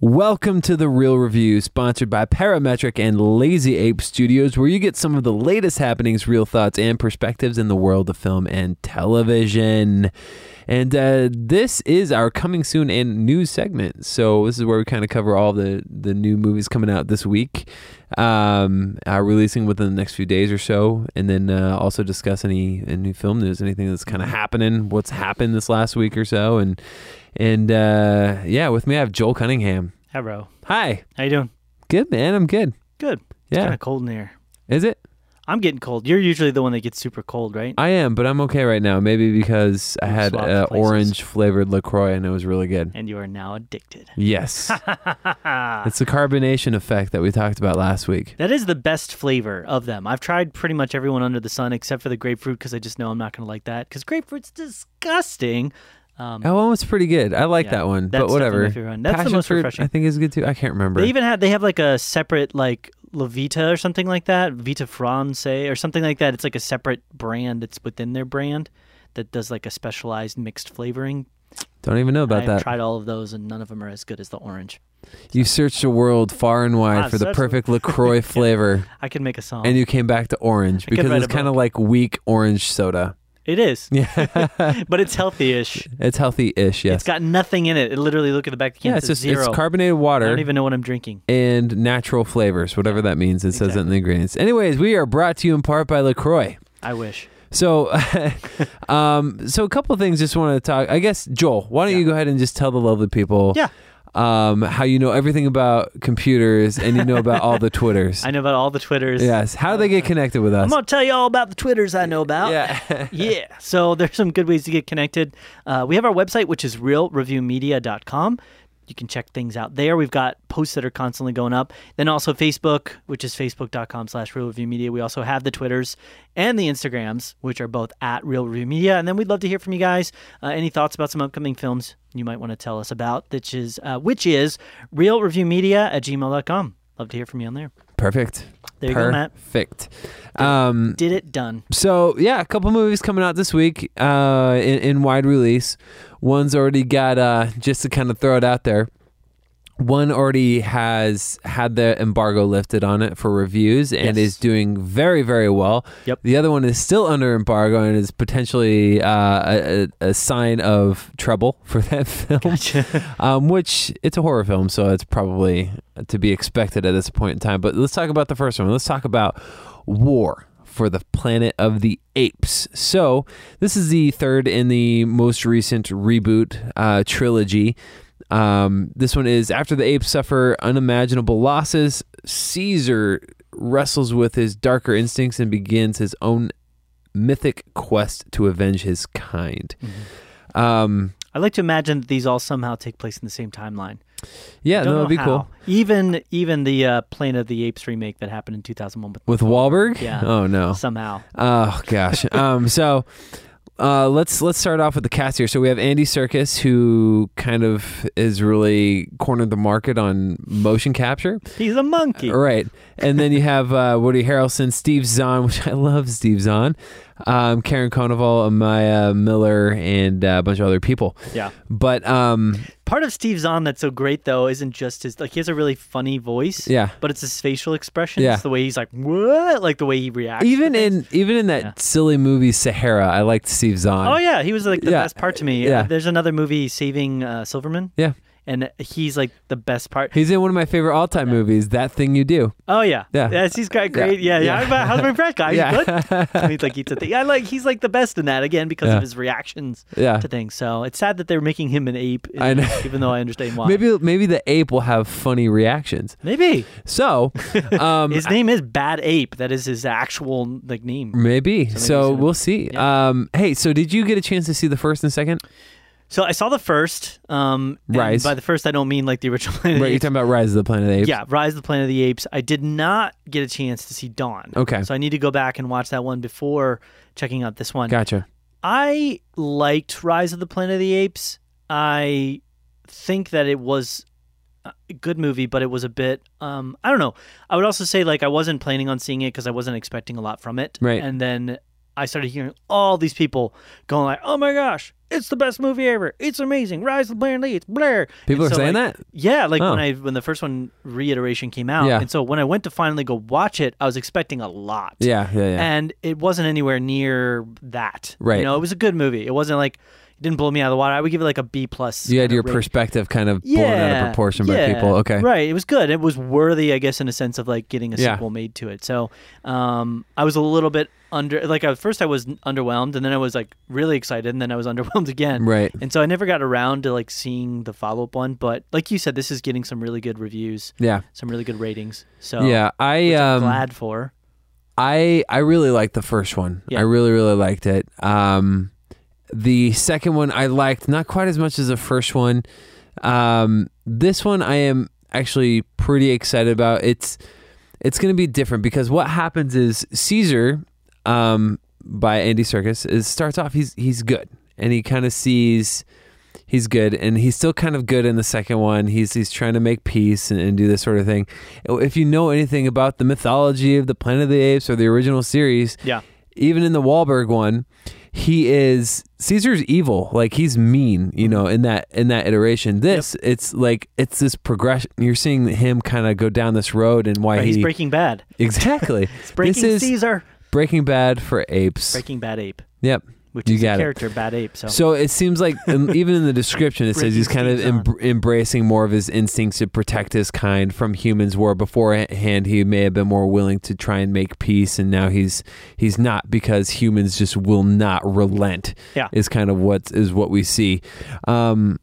Welcome to The Real Review, sponsored by Parametric and Lazy Ape Studios, where you get some of the latest happenings, real thoughts, and perspectives in the world of film and television. And uh, this is our coming soon and news segment. So this is where we kind of cover all the the new movies coming out this week, um, are releasing within the next few days or so, and then uh, also discuss any, any new film news, anything that's kind of happening, what's happened this last week or so, and and uh, yeah, with me I have Joel Cunningham. Hey, bro. Hi, How you doing? good man. I'm good. Good. It's kind Yeah, of cold in here. is it? I'm getting cold. You're usually the one that gets super cold, right? I am, but I'm okay right now. Maybe because I We've had swapped uh, places. orange flavored Lacroix and it was really good. And you are now addicted. Yes. that It's the carbonation effect that we talked about last week. is the best flavor of them. I've tried pretty much everyone under the sun except for the grapefruit because I just know I'm not going to like that because grapefruit's disgusting. Um, That one was pretty good. I like Yeah, that one, that's Oh, but whatever. definitely my favorite one. That's the Passion most fruit, refreshing. I think is good too. I can't remember. They even had they have like a separate like La Vita or something like that, Vita France or something like that. It's like a separate brand that's within their brand that does like a specialized mixed flavoring. Don't even know about I've that. tried all of those and none of them are as good as the orange. you searched the world far and wide I've for the searched the- perfect LaCroix flavor, I could make a song. and you came back to orange I could because write it's a kind of like weak orange soda. it is, Yeah. but it's healthy-ish. it's healthy ish, yes. It's got nothing in it. It literally look at the back of the can. yeah, it it's just says zero. it's carbonated I water. don't even know what I'm drinking. and natural flavors, whatever that means. It says it in the ingredients. Anyways, we are brought to you in part by LaCroix. I wish. So, um, so a couple of things just want to talk. I guess, Joel, why don't you go ahead and just tell the lovely people Yeah. um, how you know everything about computers and you know about all the Twitters. I know about all the Twitters. yes. How do they get connected with I'm us? gonna tell you all about the Twitters I know about. yeah. yeah. So there's some good ways to get connected. Uh, we have our website, which is realreviewmedia.com. You can check things out there. We've got posts that are constantly going up. Then also Facebook, which is facebook.com slash real review media. We also have the Twitters and the Instagrams, which are both at real review media. And then we'd love to hear from you guys. Uh, any thoughts about some upcoming films you might want to tell us about, which is, uh, which is real review media at gmail.com. Love to hear from you on there. Perfect. There you go, Matt. Perfect. Um, Did it done. so yeah, a couple movies coming out this week uh, in, in wide release. One's already got uh, just to kind of throw it out there. One already has had the embargo lifted on it for reviews and Yes. is doing very very well. Yep. The other one is still under embargo and is potentially uh, a, a a sign of trouble for that film. Um, which it's a horror film, so it's probably to be expected at this point in time. But let's talk about the first one. Let's talk about War for the Planet of the Apes. So this is the third in the most recent reboot uh, trilogy. Um, this one is after the apes suffer unimaginable losses, Caesar wrestles with his darker instincts and begins his own mythic quest to avenge his kind. Um, I like to imagine that these all somehow take place in the same timeline. yeah, Don't that would know be how. cool. Even even the uh, Planet of the Apes remake that happened in 2001 with With Wahlberg? Yeah. Oh no. somehow. Oh gosh. um. So. Uh, let's let's start off with the cast here. So we have Andy Circus, who kind of is really cornered the market on motion capture, He's a monkey. right? And then you have uh, Woody Harrelson, Steve Zahn, which I love Steve Zahn, um, Karen Conoval, Amaya Miller, and uh, a bunch of other people. Yeah. But um, Part of Steve Zahn that's so great though isn't just his like he has a really funny voice. yeah, But it's his facial expressions, Yeah. the way he's like what, like the way he reacts. to even things. in even in that Yeah. silly movie Sahara, I liked Steve Zahn. oh yeah, he was like the Yeah. best part to me. Yeah. Uh, there's another movie, Saving uh, Silverman. Yeah. And he's like the best part. He's in one of my favorite all time movies, That Thing You Do. Oh yeah, Yeah. Yes, he's got great. Yeah, yeah. Yeah. How about- How's my breath guy? He's Yeah. good. he's like eats a thing. I like he's like the best in that again because Yeah. of his reactions Yeah. to things. So it's sad that they're making him an ape. I know. Even though I understand why. Maybe maybe the ape will have funny reactions. Maybe. So, um, his name is Bad Ape. That is his actual like Mm. name. maybe. So said- we'll see. Um, hey, so did you get a chance to see the first and second? So I saw the first. Um, and Rise. By the first, I don't mean like the original Planet of the Right, you're Apes. talking about Rise of the Planet of the Apes. Yeah, Rise of the Planet of the Apes. I did not get a chance to see Dawn. Okay. So I need to go back and watch that one before checking out this one. Gotcha. I liked Rise of the Planet of the Apes. I think that it was a good movie, but it was a bit. Um, I don't know. I would also say like I wasn't planning on seeing it because I wasn't expecting a lot from it. Right. And then I started hearing all these people going like, "Oh my gosh, it's the best movie ever! It's amazing! Rise of the Planet of the Apes!" Blair. People are saying that? Yeah, like Oh. when I when the first one reiteration came out, Yeah. and so when I went to finally go watch it, I was expecting a lot. Yeah, yeah, yeah. And it wasn't anywhere near that. Right. You know, it was a good movie. It wasn't like it didn't blow me out of the water. I would give it like a B plus. you had kinda your rate. perspective kind of yeah, blown out of proportion by yeah. people. Okay. Right. It was good. It was worthy, I guess, in a sense of like getting a Yeah. sequel made to it. So um I was a little bit under like at first I was underwhelmed and then I was like really excited and then I was underwhelmed again. Right. And so I never got around to like seeing the follow up one, but like you said, this is getting some really good reviews, Yeah. some really good ratings. So Yeah. I which I'm um glad for. I I really liked the first one. Yeah. I really really liked it. Um, the second one I liked not quite as much as the first one. Um, this one I am actually pretty excited about. It's it's going to be different because what happens is Caesar, um, by Andy Serkis, is starts off he's he's good and he kind of sees he's good and he's still kind of good in the second one he's he's trying to make peace and, and do this sort of thing if you know anything about the mythology of the planet of the apes or the original series Yeah. even in the Wahlberg one he is Caesar's evil like he's mean Mm-hmm. you know in that in that iteration this it's like it's this progression you're seeing him kind of go down this road and why Right, he he's breaking bad. exactly Breaking this is Caesar. Breaking Bad for apes Breaking Bad Ape. yep Which You is got a it. character, Bad Ape. So, So it seems like um, even in the description, it says he's kind of Breaking em- embracing more of his instincts to protect his kind from humans. Where beforehand he may have been more willing to try and make peace, and now he's he's not because humans just will not relent. Yeah. is kind of what is what we see. Um,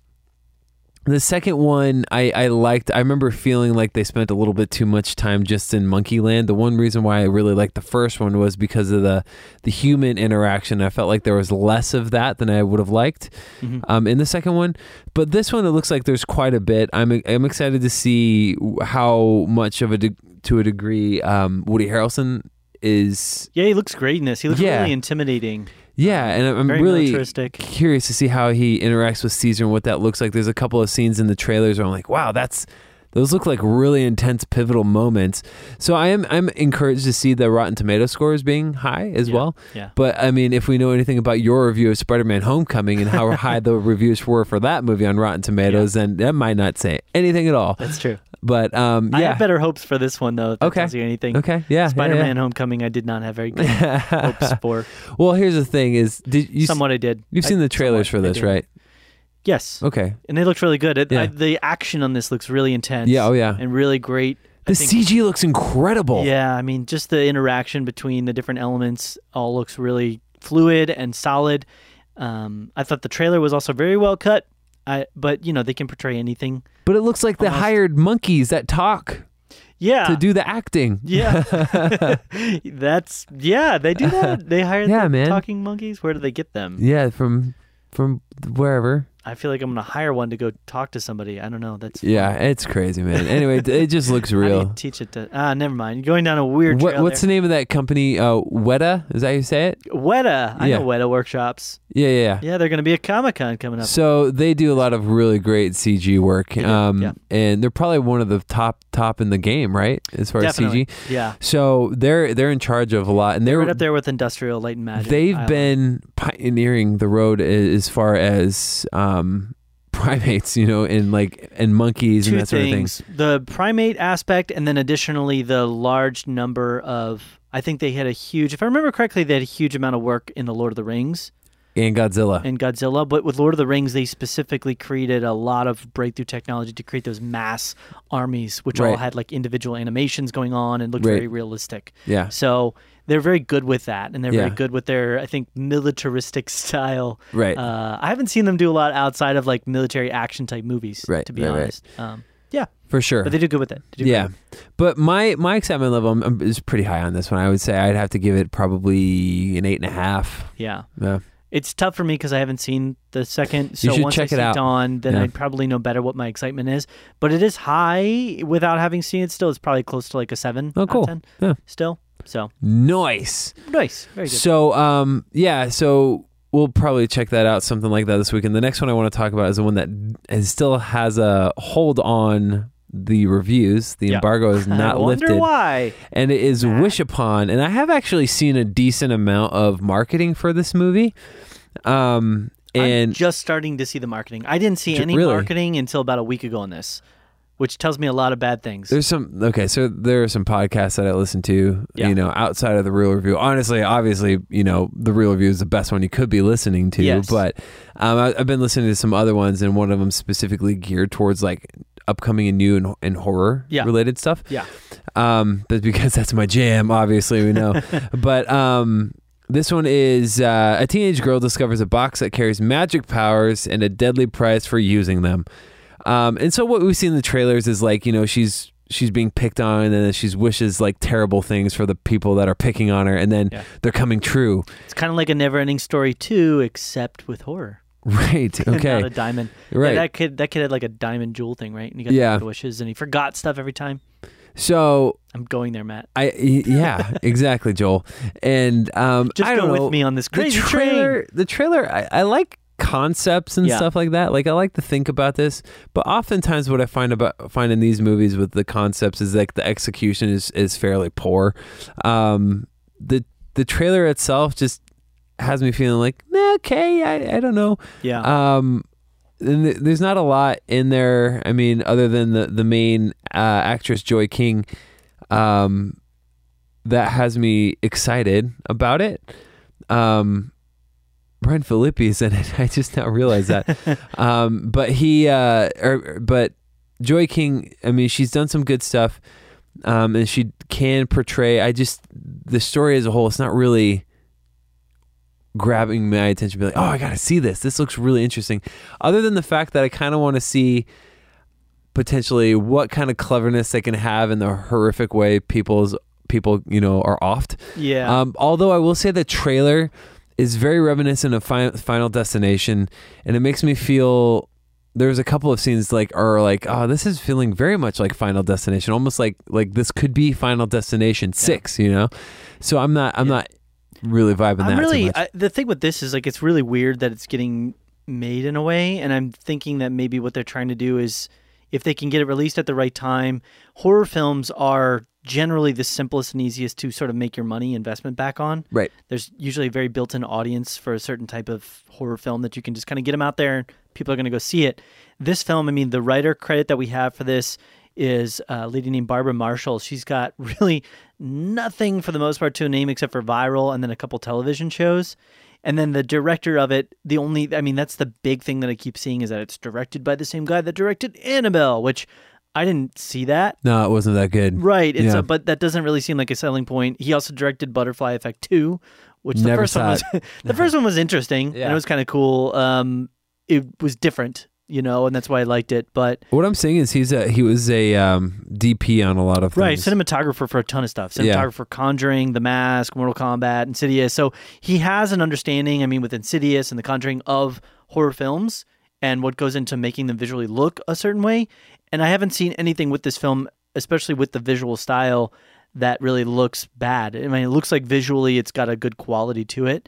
the second one I, I liked. I remember feeling like they spent a little bit too much time just in Monkey Land. The one reason why I really liked the first one was because of the the human interaction. I felt like there was less of that than I would have liked Mhm. um, in the second one. But this one, it looks like there's quite a bit. I'm I'm excited to see how much of a de- to a degree um, Woody Harrelson is. yeah, he looks great in this. He looks Yeah. really intimidating. Yeah, and I'm, I'm very really militaristic. curious to see how he interacts with Caesar and what that looks like. There's a couple of scenes in the trailers where I'm like, wow, that's those look like really intense pivotal moments. So I am I'm encouraged to see the Rotten Tomato scores being high as Yeah, well. yeah. But I mean, if we know anything about your review of Spider-Man: Homecoming and how high the reviews were for that movie on Rotten Tomatoes, then that might not say anything at all. That's true. But um, I yeah, have better hopes for this one though. If that Okay. Tells you anything? okay, yeah, yeah, yeah. Spider-Man: Homecoming. I did not have very good hopes for. well, here's the thing: is did you Somewhat I did. you've I- seen the trailers somewhat for I this, did. right? Yes, Okay. and they looked really good. It, Yeah. I, the action on this looks really intense. Yeah. Oh, yeah. and really great. I The think- CG looks incredible. Yeah, I mean, just the interaction between the different elements all looks really fluid and solid. Um, I thought the trailer was also very well cut. I, but you know, they can portray anything. But it looks like they Almost. hired monkeys that talk Yeah. to do the acting. Yeah. That's yeah, they do that. They hire Yeah, the man. talking monkeys. Where do they get them? Yeah, from from wherever. I feel like I'm gonna hire one to go talk to somebody. I don't know. That's Yeah, it's crazy, man. Anyway, it- it just looks how do you real. teach it to ah, never mind. You're going down a weird What, trail. what's the name of that company? Uh, Weta? Is that how you say it? there. Weta. I Yeah. know Weta workshops. Yeah, yeah, yeah. Yeah, they're gonna be at Comic Con coming up. So they do a lot of really great CG work, do, um, yeah. and they're probably one of the top top in the game, right? As far as Definitely. CG, Yeah. so they're they're in charge of a lot, and they're Right up there with Industrial Light and Magic. They've Island. been pioneering the road a- as far as um, primates, you know, and like and monkeys two and that sort of thing. things. The primate aspect, and then additionally the large number of. I think they had a huge. If I remember correctly, they had a huge amount of work in the Lord of the Rings. And Godzilla, and Godzilla, but with Lord of the Rings, they specifically created a lot of breakthrough technology to create those mass armies, which all Right. had like individual animations going on and looked Right. very realistic. yeah, So they're very good with that, and they're Yeah. very good with their, I think, militaristic style. right. Uh, I haven't seen them do a lot outside of like military action type movies, Right, to be right, right. honest. Um, yeah, For sure. but they do good with it. They do yeah. But my my excitement level um, um, is pretty high on this one. I would say I'd have to give it probably an eight and a half. good. yeah. Yeah. It's tough for me because I haven't seen the second. So should once check I it see out. Dawn, then Yeah. I'd probably know better what my excitement is. But it is high without having seen it. Still, it's probably close to like a seven. Oh, out of cool. 10 Yeah. Still, so Nice. nice. Very good. So, um, yeah, so we'll probably check that out, something like that this weekend. The next one I want to talk about is the one that is, still has a hold on the reviews. The Yeah. embargo is not I wonder lifted. why. and it is Wish Upon, and I have actually seen a decent amount of marketing for this movie. Um, I'm and just starting to see the marketing. I didn't see J- any really? marketing until about a week ago on this, which tells me a lot of bad things. there's some okay, so there are some podcasts that I listen to, Yeah. you know, outside of the Real Review. Honestly, obviously, you know, the Real Review is the best one you could be listening to. Yes. But um, I, I've been listening to some other ones, and one of them specifically geared towards like upcoming and new and, and horror Yeah. related stuff. yeah. um but because that's my jam obviously we know but um this one is uh, a teenage girl discovers a box that carries magic powers and a deadly prize for using them um and so what we see in the trailers is like you know she's she's being picked on and then she wishes like terrible things for the people that are picking on her and then Yeah. they're coming true It's kind of like a never ending story, too, except with horror. right and okay Not a diamond. Yeah, right that kid that kid had like a diamond jewel thing, right? And he got Yeah. yeah. wishes and he forgot stuff every time. so I'm going there, Matt. i y- yeah exactly joel and um Just I go don't know. with me on this crazy the trailer, train. The trailer, I, I like concepts and Yeah. stuff like that. Like I like to think about this, but oftentimes what I find about find in these movies with the concepts is like the execution is is fairly poor. Um, the the trailer itself just has me feeling like "Meh, okay, I, I don't know. Yeah. Um, and th- there's not a lot in there. I mean, other than the the main uh, actress Joy King, um, that has me excited about it. Um, Brian Filippi is in it. I just now realized that. um, but he, uh, or, but Joy King. I mean, she's done some good stuff, um, and she can portray. I just the story as a whole. It's not really grabbing my attention, be like, oh, I got to see this. This looks really interesting. Other than the fact that I kind of want to see potentially what kind of cleverness they can have in the horrific way people's people you know are offed. yeah. Um, although I will say the trailer is very reminiscent of Fi- Final Destination, and it makes me feel. There's a couple of scenes like are like oh this is feeling very much like Final Destination almost like like this could be Final Destination six you know, so I'm not I'm Yeah. not really vibing that I'm too really much. I, the thing with this is like it's really weird that it's getting made in a way, and I'm thinking that maybe what they're trying to do is if they can get it released at the right time. Horror films are generally the simplest and easiest to sort of make your money investment back on. Right. There's usually a very built-in audience for a certain type of horror film that you can just kind of get them out there. and People are going to go see it. This film, I mean, the writer credit that we have for this is a lady named Barbara Marshall. She's got really nothing for the most part to a name except for viral and then a couple television shows. And then the director of it, the only, I mean, that's the big thing that I keep seeing is that it's directed by the same guy that directed Annabelle, which I didn't see that. No, it wasn't that good. Right. It's Yeah. a, but that doesn't really seem like a selling point. He also directed Butterfly Effect 2, which the Never first one saw was the first one was interesting and Yeah. it was kind of cool. Um it was different, you know, and that's why I liked it, but What I'm saying is he's a he was a um, DP on a lot of things. Right, cinematographer for a ton of stuff. Yeah. Cinematographer for Conjuring, The Mask, Mortal Kombat, Insidious. So he has an understanding, I mean, with Insidious and The Conjuring of horror films and what goes into making them visually look a certain way. And I haven't seen anything with this film, especially with the visual style, that really looks bad. I mean, it looks like visually it's got a good quality to it.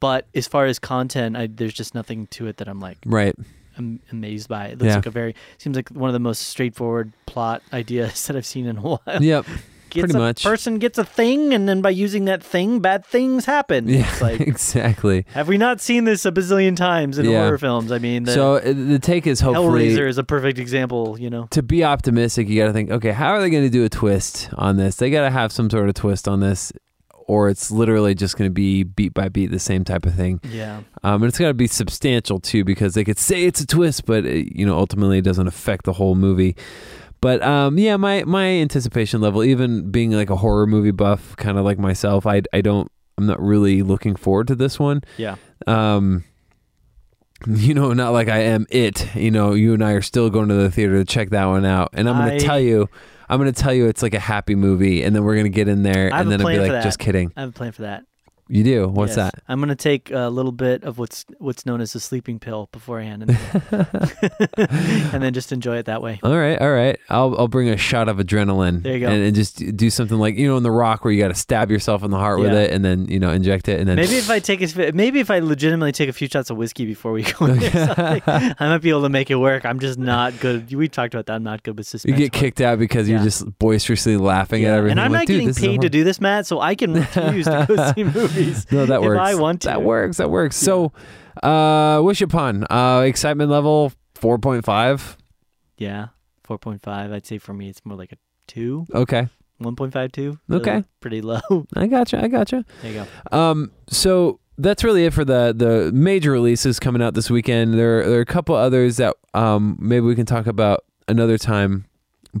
But as far as content, I, there's just nothing to it that I'm like Right. am- amazed by. It looks Yeah. like a very seems like one of the most straightforward plot ideas that I've seen in a while Yep. gets Pretty a much. person gets a thing and then by using that thing bad things happen Yeah. it's like exactly. have we not seen this a bazillion times in Yeah. horror films i mean the so uh, the take is hopefully hellraiser is a perfect example you know to be optimistic. You got to think, okay, how are they going to do a twist on this? They got to have some sort of twist on this, or it's literally just going to be beat by beat the same type of thing. yeah Um, and it's got to be substantial too, because they could say it's a twist, but it, you know, ultimately it doesn't affect the whole movie. But um, yeah, my my anticipation level, even being like a horror movie buff, kind of like myself, I I don't, I'm not really looking forward to this one. yeah Um, you know, not like I am it. You know, you and I are still going to the theater to check that one out, and I'm gonna I- tell you, I'm gonna tell you, it's like a happy movie, and then we're gonna get in there, I and have a then I'll be plan for like, that. just kidding. i have a plan for that You do. What's Yes. that? I'm gonna take a little bit of what's what's known as a sleeping pill beforehand, and, and then just enjoy it that way. All right, all right. I'll I'll bring a shot of adrenaline. There you go. And, and just do something like you know in the Rock where you got to stab yourself in the heart with Yeah. it, and then you know inject it, and then Maybe if I take a, maybe if I legitimately take a few shots of whiskey before we go in there, or something, I might be able to make it work. I'm just not good. We talked about that. I'm not good with you suspense. get kicked out because you're Yeah. just boisterously laughing at Yeah. everything. And I'm like, not "Dude, getting this is paid to horrible." do this, Matt, so I can refuse to go see movies. No, that if works. I want to. That works. That works. So, uh, wish upon uh, excitement level four point five. Yeah, 4.5. I'd say for me, it's more like a two, Okay, 1.52. Okay. pretty low. there I gotcha. I gotcha. you go. Um, so that's really it for the the major releases coming out this weekend. There there are a couple others that um maybe we can talk about another time,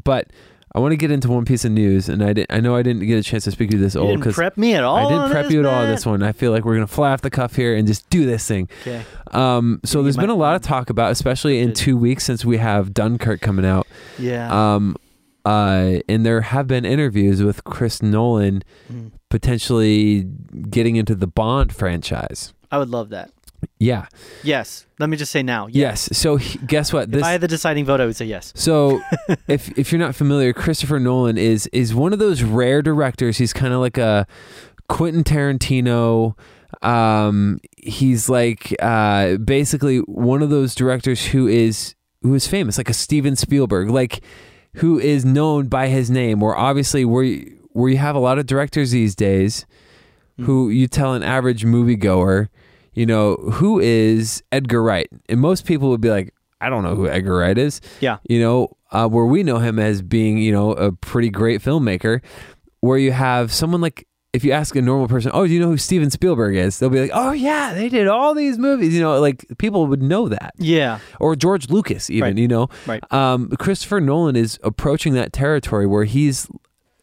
but I want to get into one piece of news, and I did, I know I didn't get a chance to speak to you this You old didn't prep me at all. I on didn't prep this, you at all on Matt? this one. I feel like we're gonna fly off the cuff here and just do this thing. Okay. Um, so Yeah, there's you been might- a lot of talk about, especially in Good. two weeks since we have Dunkirk coming out. Yeah. Um, uh, and there have been interviews with Chris Nolan Mm. potentially getting into the Bond franchise. I would love that. Yeah. Yes. Let me just say now. Yes. Yes. So he- guess what? If This. I had the deciding vote, I would say yes. so if if you're not familiar, Christopher Nolan is is one of those rare directors. He's kind of like a Quentin Tarantino. Um, he's like uh, basically one of those directors who is who is famous, like a Steven Spielberg, like who is known by his name. Where obviously where you, where you have a lot of directors these days, Mm. who you tell an average moviegoer, you know, who is Edgar Wright, and most people would be like, I don't know who Edgar Wright is Yeah. you know, uh, where we know him as being, you know, a pretty great filmmaker, where you have someone like, if you ask a normal person, oh, do you know who Steven Spielberg is? They'll be like, oh, yeah, they did all these movies. You know, like people would know that. Yeah. Or George Lucas, even, Right. you know. Right. Um, Christopher Nolan is approaching that territory where he's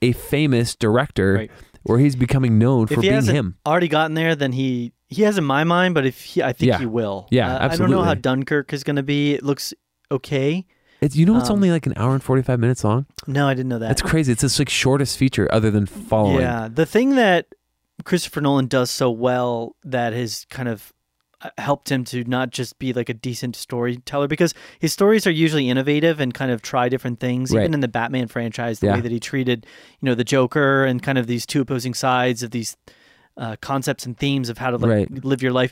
a famous director, Right. where he's becoming known If for he being hasn't him. already gotten there, then he he has in my mind. But if he, I think Yeah. he will. Yeah, Uh, I don't know how absolutely. Dunkirk is going to be. It looks okay. It's, you know, it's um, only like an hour and 45 minutes long. No, I didn't know that. That's crazy. It's this like shortest feature other than following. Yeah, the thing that Christopher Nolan does so well that has kind of uh, helped him to not just be like a decent storyteller because his stories are usually innovative and kind of try different things. Right. Even in the Batman franchise, the Yeah. way that he treated you know the Joker and kind of these two opposing sides of these uh, concepts and themes of how to like Right. live your life.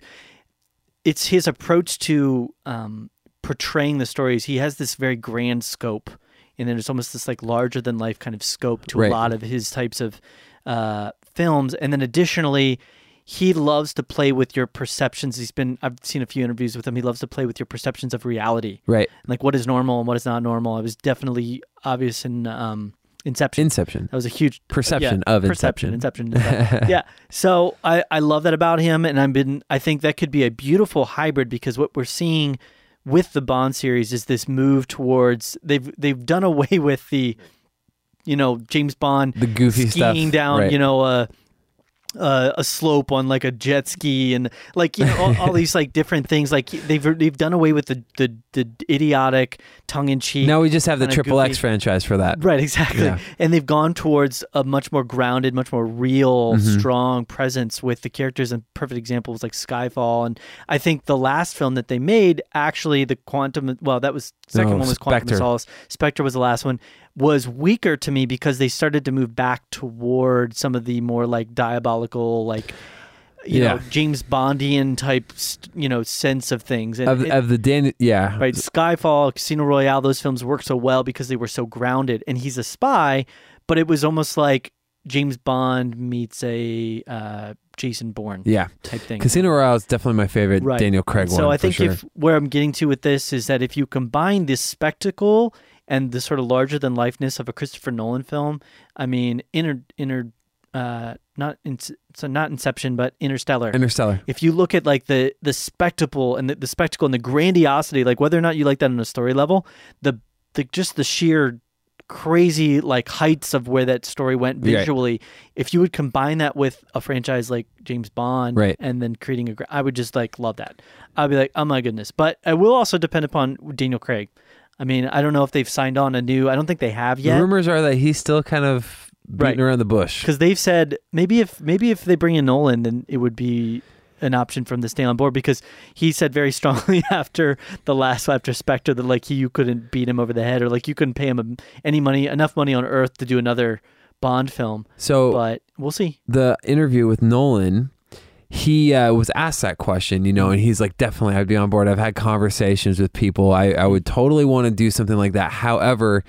It's his approach to um, portraying the stories. He has this very grand scope, and then it's almost this like larger than life kind of scope to Right. a lot of his types of uh, films. And then additionally, he loves to play with your perceptions. He's been I've seen a few interviews with him. He loves to play with your perceptions of reality, Right. like what is normal and what is not normal. It was definitely obvious in um, Inception. Inception. that was a huge Perception yeah, of perception, Inception. Inception. Inception. yeah. So I, I love that about him, and I've been I think that could be a beautiful hybrid because what we're seeing with the Bond series is this move towards they've they've done away with the, you know, James Bond the goofy stuff. skiing down, Right. you know, a, a a slope on like a jet ski and like you know all, all these like different things. Like they've they've done away with the the, the idiotic tongue in cheek. Now we just have the kinda triple X goofy- franchise for that. Right, exactly. Yeah. And they've gone towards a much more grounded, much more real, Mm-hmm. strong presence with the characters. And perfect example was like Skyfall. And I think the last film that they made, actually, the Quantum, well, that was second No, one was Quantum Oh, Spectre. of Solace. Spectre was the last one. Was weaker to me because they started to move back toward some of the more like diabolical, like you Yeah. know James Bondian type, st- you know, sense of things. And Of, it- of the Dan, yeah, right? Skyfall, Casino Royale, those films work so well because they were so grounded. And he's a spy, but it was almost like James Bond meets a uh, Jason Bourne yeah. type thing. Casino Royale is definitely my favorite Right. Daniel Craig one. so I for think sure. if where I'm getting to with this is that if you combine this spectacle and the sort of larger than lifeness of a Christopher Nolan film, I mean, inner inner uh, not in, so not Inception, but Interstellar Interstellar, if you look at like the the spectacle and the, the spectacle and the grandiosity like whether or not you like that on a story level the the just the sheer crazy like heights of where that story went Right. visually if you would combine that with a franchise like James Bond Right. and then creating a gra- I would just like love that I'd be like oh my goodness but it will also depend upon Daniel Craig I mean I don't know if they've signed on a new I don't think they have the yet rumors are that he's still kind of beating Right. around the bush. because they've said maybe if maybe if they bring in Nolan, then it would be an option from the stay on board because he said very strongly after the last after Spectre that like he you couldn't beat him over the head or like you couldn't pay him any money enough money on Earth to do another Bond film. So But we'll see. the interview with Nolan, he uh, was asked that question, you know, and he's like, definitely, I'd be on board. I've had conversations with people. I, I would totally want to do something like that. However,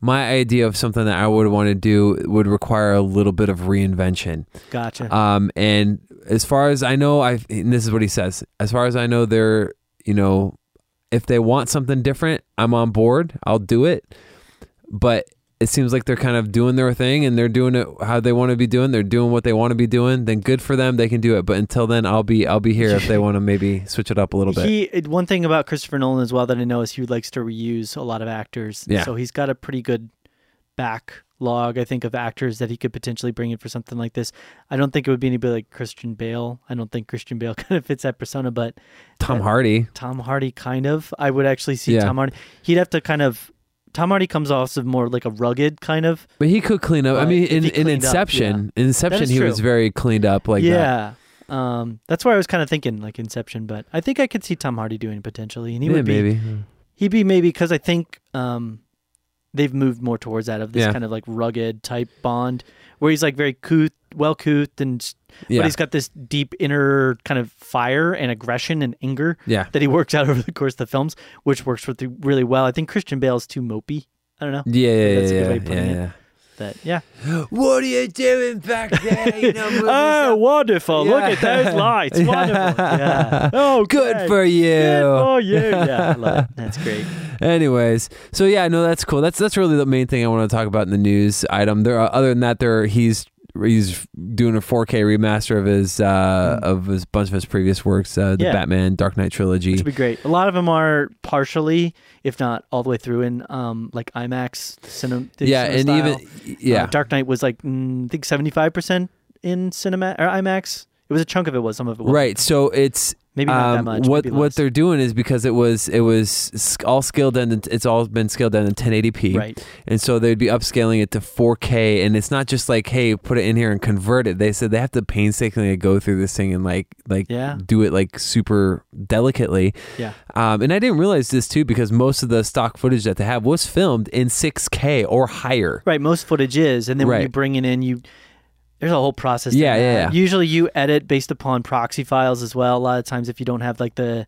my idea of something that I would want to do would require a little bit of reinvention. Gotcha. Um, and as far as I know, I and this is what he says. As far as I know, they're you know, if they want something different, I'm on board. I'll do it. But it seems like they're kind of doing their thing and they're doing it how they want to be doing. They're doing what they want to be doing. Then good for them. They can do it. But until then, I'll be I'll be here if they want to maybe switch it up a little bit. He it- one thing about Christopher Nolan as well that I know is he likes to reuse a lot of actors. Yeah. So he's got a pretty good backlog, I think, of actors that he could potentially bring in for something like this. I don't think it would be anybody like Christian Bale. I don't think Christian Bale kind of fits that persona, but Tom uh, Hardy. Tom Hardy kind of. I would actually see Yeah. Tom Hardy. He'd have to kind of Tom Hardy comes off of more like a rugged kind of. But he could clean up. I But mean, if he in, in cleaned up, Inception, in Inception, is he true. was very cleaned up like that. yeah. Um, that's where I was kind of thinking, like Inception, but I think I could see Tom Hardy doing it potentially, and he Yeah, would be maybe. He'd be maybe because I think um, they've moved more towards that of this Yeah. kind of like rugged type Bond, where he's like very couth, well couthed, and s- Yeah. but he's got this deep inner kind of fire and aggression and anger yeah. that he works out over the course of the films, which works with the, really well. I think Christian Bale's too mopey. I don't know Yeah. Yeah. That's a yeah, good way yeah, of putting yeah, it. yeah. that. Yeah. What are you doing back there? You know, moving Oh, yourself- wonderful! Look at Yeah. those lights. Wonderful. Yeah. Oh, good for you. Good for you. Yeah, I love it. That's great. Anyways, so yeah, no, that's cool. That's that's really the main thing I want to talk about in the news item. There, are, other than that, there he's he's doing a 4K remaster of his uh, of his bunch of his previous works, uh, the Hmm. Yeah. Batman Dark Knight trilogy. which would be great. A lot of them are partially, if not all the way through, in um like IMAX cinema. Uh, yeah, and even yeah, Dark Knight was like mm, I think seventy five percent in cinema or IMAX. It was a chunk of it was some of it was right. So it's maybe not that um, much. What maybe what less. they're doing is because it was it was sc- all scaled down. to- It's all been scaled down to 1080p. right And so they'd be upscaling it to 4K, and it's not just like, hey, put it in here and convert it. They said they have to painstakingly go through this thing and like, like, Yeah. do it like super delicately. yeah Um, and I didn't realize this too because most of the stock footage that they have was filmed in 6K or higher. right most footage is, and then when you Right. bring it in you. There's a whole process. to Yeah, yeah, that. yeah. Usually, you edit based upon proxy files as well. A lot of times, if you don't have like the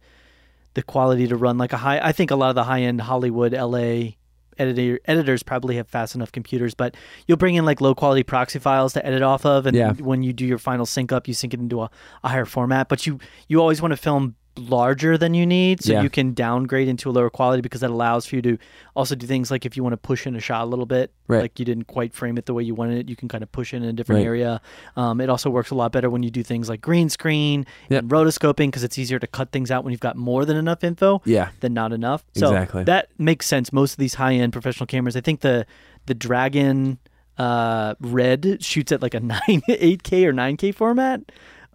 the quality to run like a high, I think a lot of the high end Hollywood, LA editor editors probably have fast enough computers, but you'll bring in like low quality proxy files to edit off of, and Yeah. when you do your final sync up, you sync it into a, a higher format. But you you always want to film larger than you need, so Yeah. you can downgrade into a lower quality because that allows for you to also do things like if you want to push in a shot a little bit, Right. like you didn't quite frame it the way you wanted it, you can kind of push in a different Right. area. Um, it also works a lot better when you do things like green screen Yep. and rotoscoping because it's easier to cut things out when you've got more than enough info Yeah. than not enough. So Exactly. that makes sense. Most of these high end professional cameras, I think the the Dragon uh, Red shoots at like a nine eight K or nine K format.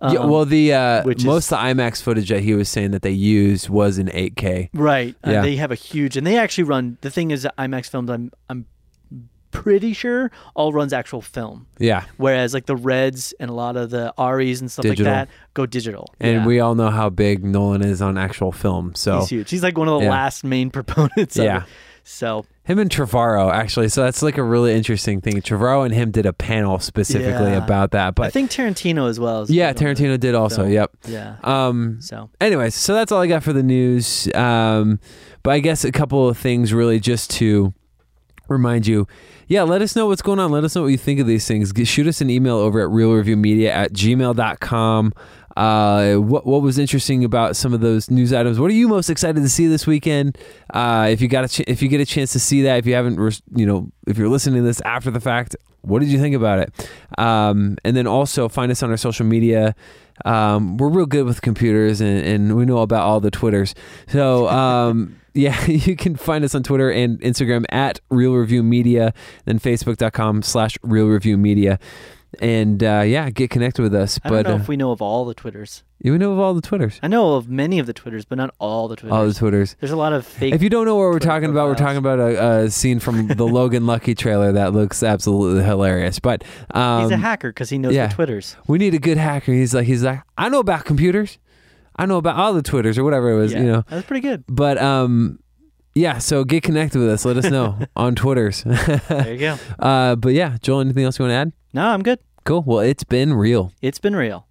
Um, yeah well, the uh, which is- most of the IMAX footage that he was saying that they used was in 8K. right. Uh, Yeah. they have a huge, and they actually run. The thing is, that IMAX films. I'm I'm pretty sure all runs actual film. Yeah. Whereas like the Reds and a lot of the Aries and stuff Digital. like that go digital. And Yeah. we all know how big Nolan is on actual film. So he's huge. He's like one of the Yeah. last main proponents. Of Yeah. It. So Him and Trevorrow, actually. So that's like a really interesting thing. Trevorrow and him did a panel specifically Yeah. about that. But I think Tarantino as well. Is yeah, doing Tarantino did also. So- Yep. it. Yeah. Um. So Anyways, so that's all I got for the news. Um. But I guess a couple of things really just to remind you. Yeah, let us know what's going on. Let us know what you think of these things. G- Shoot us an email over at realreviewmedia at gmail.com. Uh, what, what was interesting about some of those news items? What are you most excited to see this weekend? Uh, if you got a ch- if you get a chance to see that, if you haven't, res- you know, if you're listening to this after the fact, what did you think about it? Um, and then also find us on our social media. Um, we're real good with computers, and, and we know about all the twitters. So um, yeah, you can find us on Twitter and Instagram at Real Review Media, then Facebook.com slash Real Review Media. and uh, yeah, get connected with us. I but don't know uh, if we know of all the Twitters. we know of all the Twitters, I know of many of the Twitters, but not all the Twitters. all the Twitters. There's a lot of fake. If you don't know what we're Twitter talking about, we're talking about a, a scene from the Logan Lucky trailer that looks absolutely hilarious. But um, he's a hacker because he knows yeah. the Twitters. we need a good hacker. He's like, he's like, I know about computers. I know about all the Twitters or whatever it was, you know. that's pretty good. But um, yeah, so get connected with us. Let us know on Twitters. There you go. uh, but yeah, Joel, anything else you want to add? No, I'm good. Cool. Well, it's been real. It's been real.